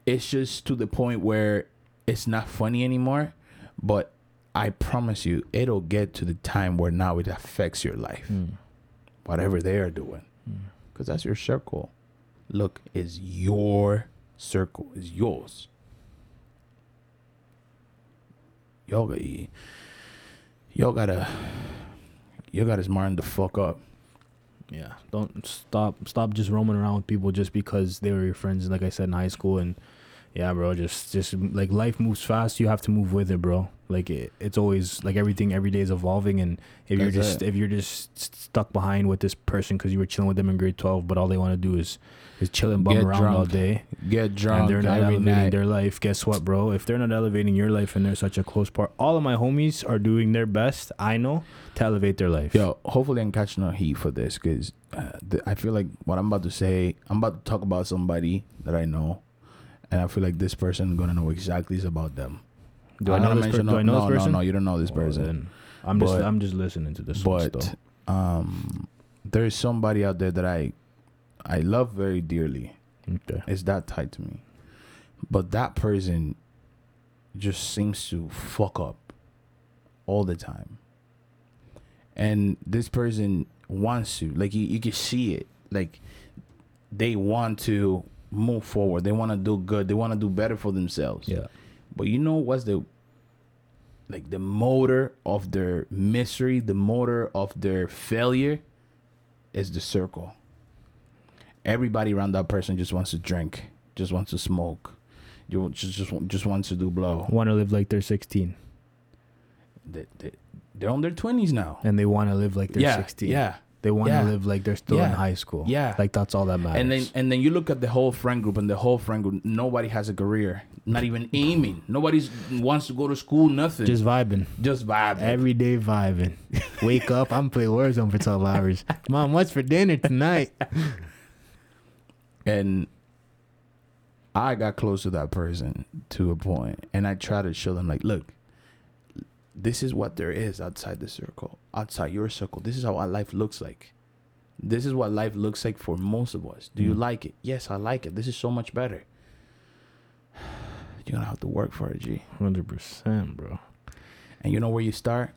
A: it's just to the point where it's not funny anymore but i promise you it'll get to the time where now it affects your life
B: Mm.
A: whatever they are doing
B: Mm.
A: because that's your circle look is your circle is yours y'all got y'all gotta y'all gotta smarten the fuck up
B: Yeah, don't stop stop just roaming around with people just because they were your friends. Like I said in high school, and yeah, bro, just just like life moves fast, you have to move with it, bro. Like it, it's always like everything every day is evolving, and if you're
A: That's
B: just
A: it.
B: if you're just s- stuck behind with this person because you were chilling with them in grade twelve, but all they want to do is is chill and bum
A: Get
B: around all
A: drunk.
B: day,
A: get drunk
B: and they're not
A: every
B: elevating
A: night.
B: their life. Guess what, bro? If they're not elevating your life, and they're such a close part, all of my homies are doing their best. I know to elevate their life.
A: Yo, hopefully I'm catching no heat for this because uh, th- I feel like what I'm about to say, I'm about to talk about somebody that I know, and I feel like this person gonna know exactly is about them.
B: do I
A: I'm
B: know
A: not
B: this, per-
A: mentioning
B: do I know
A: no,
B: this person?
A: No, no, you don't know this
B: Well,
A: person.
B: then, I'm just
A: But-
B: I'm just listening to this. one
A: but
B: still.
A: um, there's somebody out there that I, I love very dearly.
B: okay.
A: It's that tight to me, but that person just seems to fuck up all the time. And this person wants to, like, you, you can see it. Like, they want to move forward. They want to do good. They want to do better for themselves.
B: yeah,
A: But you know what's the, like, the motor of their misery, the motor of their failure is the circle. Everybody around that person just wants to drink, just wants to smoke, you just just, just wants to do blow
B: want to live like they're 16,
A: they, they, they're on their 20s now.
B: and they want to live like they're
A: yeah,
B: 16.
A: yeah,
B: they want to
A: yeah,
B: live like they're still in
A: yeah,
B: high school.
A: yeah.
B: like that's all that matters.
A: and then and then you look at the whole friend group and the whole friend group. Nobody has a career, not even aiming. Nobody's wants to go to school. Nothing, just
B: just vibing.
A: just vibe.
B: Every day vibing. Wake up, I'm playing Warzone for 12 hours. Mom, what's for dinner tonight?
A: and I got close to that person to a point, and I try to show them like, look, this is what there is outside the circle, outside your circle. This is how our life looks like. This is what life looks like for most of us. Do you
B: Mm.
A: like it? Yes, I like it. This is so much better. You're gonna have to work for it, G.
B: 100%, bro.
A: And you know where you start?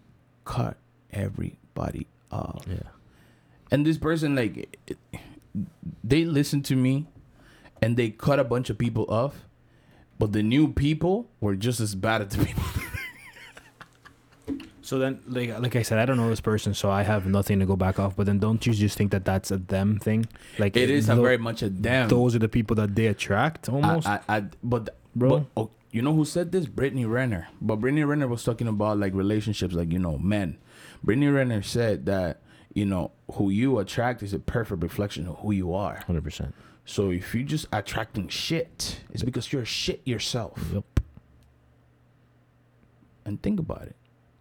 A: Cut everybody off.
B: Yeah.
A: And this person, like, it- they listened to me and they cut a bunch of people off, but the new people were just as bad as the people.
B: So then, like, like I said, I don't know this person, so I have nothing to go back off. But then, don't you just think that that's a them thing? Like,
A: It is a
B: tho-
A: very much a damn.
B: Those are the people that they attract, almost.
A: I, I, I, but,
B: Bro.
A: but oh, you know who said this? Brittany Renner. But Brittany Renner was talking about like relationships, like, you know, men. Brittany Renner said that, you know, who you attract is a perfect reflection of who you are.
B: Hundred percent.
A: So if you just attracting shit, it's because you're shit yourself.
B: Yep.
A: And think about it.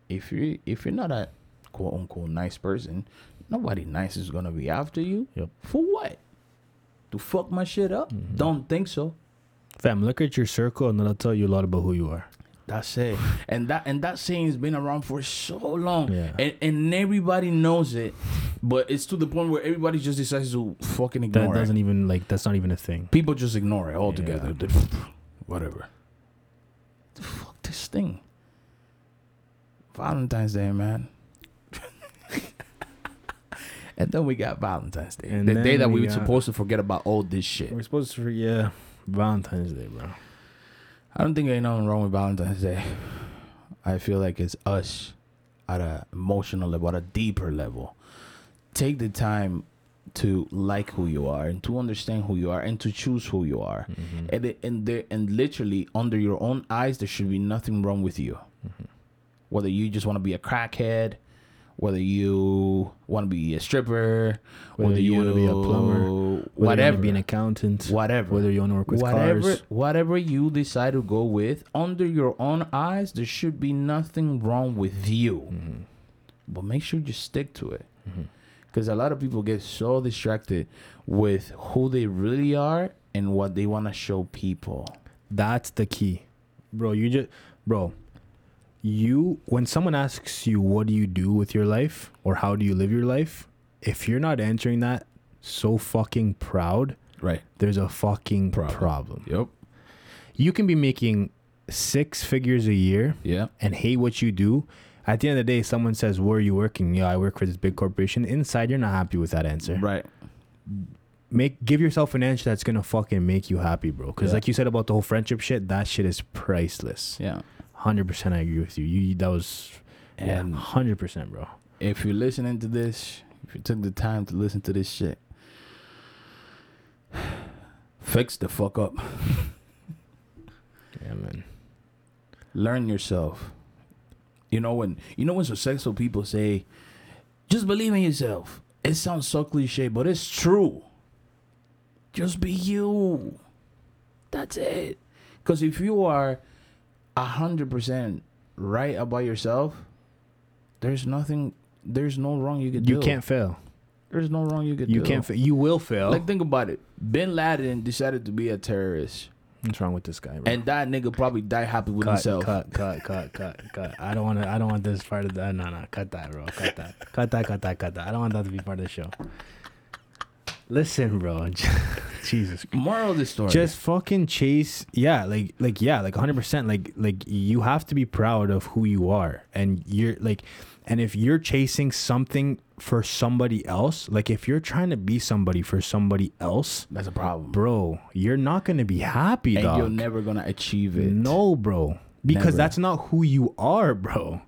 A: If you if you're not a quote unquote nice person, nobody nice is gonna be after you.
B: Yep. Mm-hmm.
A: For what? To fuck my shit up? Don't think so.
B: Fam, look at your circle, and that'll tell you a lot about who you are.
A: That's it. and that and that saying's been around for so long.
B: Yeah.
A: And and everybody knows it. But it's to the point where everybody just decides to fucking
B: That
A: ignore it.
B: doesn't even like that's not even a thing.
A: People just ignore it altogether. They- Whatever. The fuck this thing. Valentine's Day, man. and then we got Valentine's Day.
B: And
A: the
B: then
A: day that we,
B: we
A: were
B: got-
A: supposed to forget about all this shit.
B: We're supposed to forget yeah, Valentine's Day, bro.
A: I don't think ain't nothing wrong with Valentine's Day. I feel like it's us at a emotional level, at a deeper level. Take the time to like who you are and to understand who you are and to choose who you are. and it- and there and literally under your own eyes there should be nothing wrong with you whether you just want to be a crackhead, whether you want to be a stripper,
B: Whether you wanna be a plumber, Whether you wanna
A: whatever,
B: be an accountant,
A: whatever,
B: whether you want to work with
A: whatever,
B: cars.
A: whatever you decide to go with, under your own eyes, there should be nothing wrong with you.
B: Mm-hmm.
A: But make sure you stick to it, because a lot of people get so distracted with who they really are and what they want to show people.
B: That's the key, bro. You just, bro. You when someone asks you what do you do with your life or how do you live your life, if you're not answering that so fucking proud,
A: Right.
B: there's a fucking
A: Problem.
B: problem.
A: Yep.
B: You can be making six figures a year
A: Yeah.
B: and hate what you do. At the end of the day, someone says, "Where are you working?" Yeah, I work for this big corporation. Inside, you're not happy with that answer.
A: Right.
B: Make give yourself an answer that's gonna fucking make you happy, bro. Because
A: Yeah.
B: like you said about the whole friendship shit, that shit is priceless.
A: Yeah.
B: Hundred percent, I agree with you. You that was, yeah,
A: And-
B: hundred percent, bro.
A: if you're listening to this, if you took the time to listen to this shit, fix the fuck up.
B: Yeah, man.
A: Learn yourself. You know when you know when successful people say, just believe in yourself. It sounds so cliche, but it's true. Just be you. That's it. Cause if you are a hundred percent right about yourself, there's nothing there's no wrong you could
B: You
A: do.
B: can't fail.
A: there's no wrong you could
B: You
A: do.
B: can't. Fa- you will fail.
A: Like think about it. Bin Laden decided to be a terrorist,
B: What's wrong with this guy, bro?
A: and that nigga probably died happy with
B: cut,
A: himself.
B: cut, cut, cut, cut, cut. I don't want to. I don't want this part of that. No, no, cut that, bro. Cut that. Cut that. Cut that. Cut that. I don't want that to be part of the show. Listen, bro. Jesus.
A: Moral of the story.
B: Just fucking chase. Yeah, like, like, yeah, like, hundred percent. Like, like, you have to be proud of who you are, and you're like, and if you're chasing something for somebody else, like, if you're trying to be somebody for somebody else,
A: that's a problem,
B: bro, you're not gonna be happy,
A: and
B: dog.
A: you're never gonna achieve it.
B: No, bro. Because
A: Never.
B: that's not who you are, bro.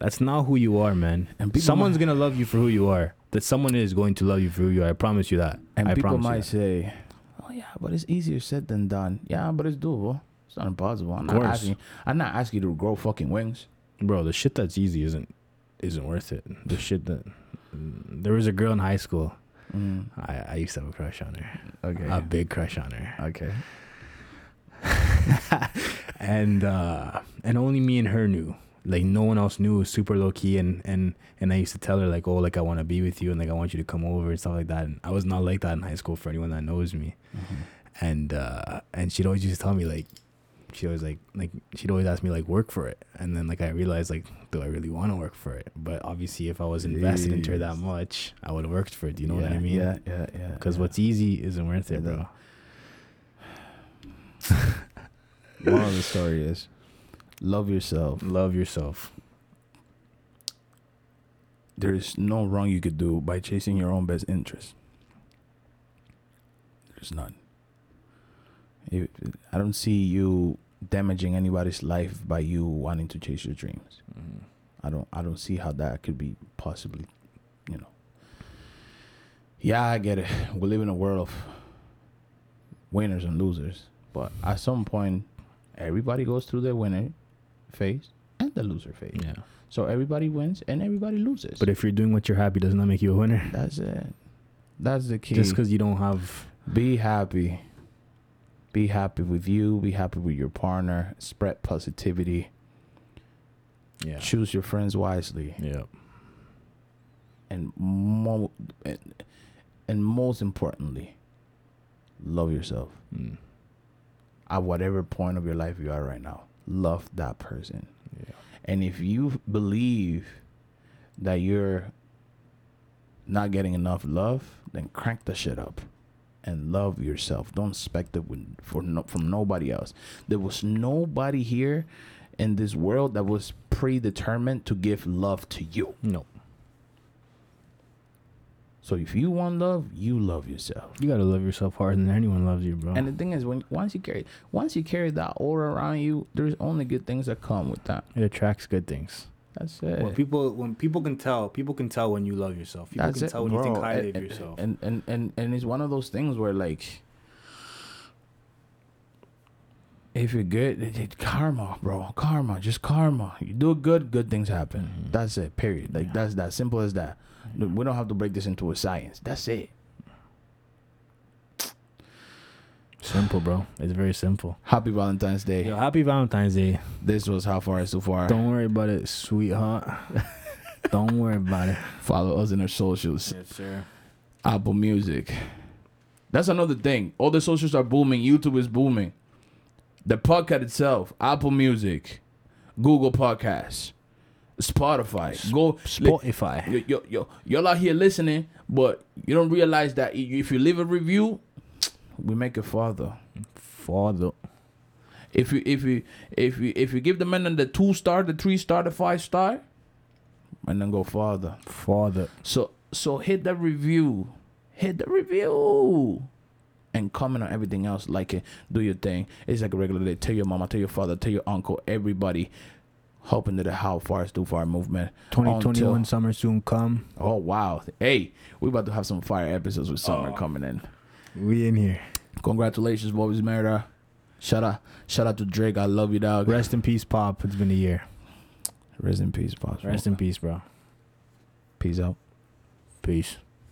B: That's not who you are, man.
A: And people
B: Someone's gonna love you for who you are. That someone is going to love you for who you are. I promise you that.
A: and
B: I
A: people
B: promise
A: might
B: you
A: say, "Oh yeah, but it's easier said than done." Yeah, but it's doable. It's not impossible. I'm not
B: course.
A: asking. I'm not asking you to grow fucking wings.
B: that. bro. The shit that's easy isn't isn't worth it. The shit that there was a girl in high school.
A: Mm,
B: I, I used to have a crush on her.
A: okay.
B: A big crush on her.
A: okay.
B: and uh and only me and her knew like no one else knew it was super low key and and and i used to tell her like oh like i want to be with you and like i want you to come over and stuff like that and i was not like that in high school for anyone that knows me
A: Mm-hmm.
B: and uh and she'd always used to tell me like she always like like she'd always ask me like work for it and then like i realized like do i really want to work for it but obviously if i was invested into her that
A: Jeez.
B: much i would have worked for it do you know what
A: Yeah,
B: i mean
A: Yeah, yeah, yeah.
B: because
A: yeah.
B: what's easy isn't worth
A: It
B: it bro
A: moral of the story is, love yourself.
B: love yourself
A: there's no wrong you could do by chasing your own best interest. There's none. You- I don't see you damaging anybody's life by you wanting to chase your dreams.
B: Mm-hmm.
A: I don't. I don't see how that could be possibly, you know. Yeah, I get it. We live in a world of winners and losers, but at some point, everybody goes through their winner phase and the loser phase.
B: yeah
A: So everybody wins and everybody loses.
B: But if you're doing what you're happy, doesn't that make you a winner?
A: that's it. That's the key.
B: Just because you don't have,
A: be happy. Be happy with you. Be happy with your partner. Spread positivity.
B: yeah,
A: Choose your friends wisely.
B: yeah,
A: And, mo- and, and most importantly, love yourself.
B: mm.
A: At whatever point of your life you are right now, love that person.
B: yeah,
A: And if you believe that you're not getting enough love, then crank the shit up and love yourself. Don't expect it with, for no, from nobody else. There was nobody here in this world that was predetermined to give love to you.
B: no,
A: So if you want love, you love yourself.
B: you gotta love yourself harder than anyone loves you, bro.
A: And the thing is, when once you carry once you carry that aura around you, there's only good things that come with that.
B: it attracts good things.
A: That's it.
B: people, when people can tell, people can tell when you love yourself.
A: That's it, bro. and, and- And, and and and it's one of those things where like If you're good, it- it- karma, bro, karma, just karma. You do good, good things happen.
B: Mhm.
A: That's it. Period. Like
B: Yeah.
A: that's that simple as that. No, We don't have to break this into a science. That's it.
B: Simple, bro. It's very simple.
A: Happy Valentine's Day.
B: Yo, happy Valentine's Day.
A: This was how far is too far.
B: Don't worry about it, sweetheart. Don't worry about it.
A: follow us in our socials.
B: Yes, sir.
A: Apple Music. That's another thing. All the socials are booming. YouTube is booming. The podcast itself, Apple Music, Google Podcasts, Spotify. Go
B: Spotify.
A: yo, yo, yo, y'all out here listening, but you don't realize that i- if you leave a review, we make it farther.
B: Father.
A: If you if you if you if you give the man the two star, the three star, the five star, and then go farther.
B: Father.
A: So so hit the review, hit the review, and comment on everything else. Like it, do your thing. It's like a regular day. Tell your mama, tell your father, tell your uncle, everybody. Hop into the how far is too far movement.
B: 2021
A: Until-
B: summer soon come.
A: Oh wow! Hey, we about to have some fire episodes with summer
B: Oh.
A: coming in.
B: We in here.
A: Congratulations, Bobby's Merida. Shout out, shout out to Drake. I love you, dog.
B: Rest in peace, Pop. It's been a year.
A: Rest in peace, Pops.
B: Rest in peace, bro.
A: peace out.
B: Peace.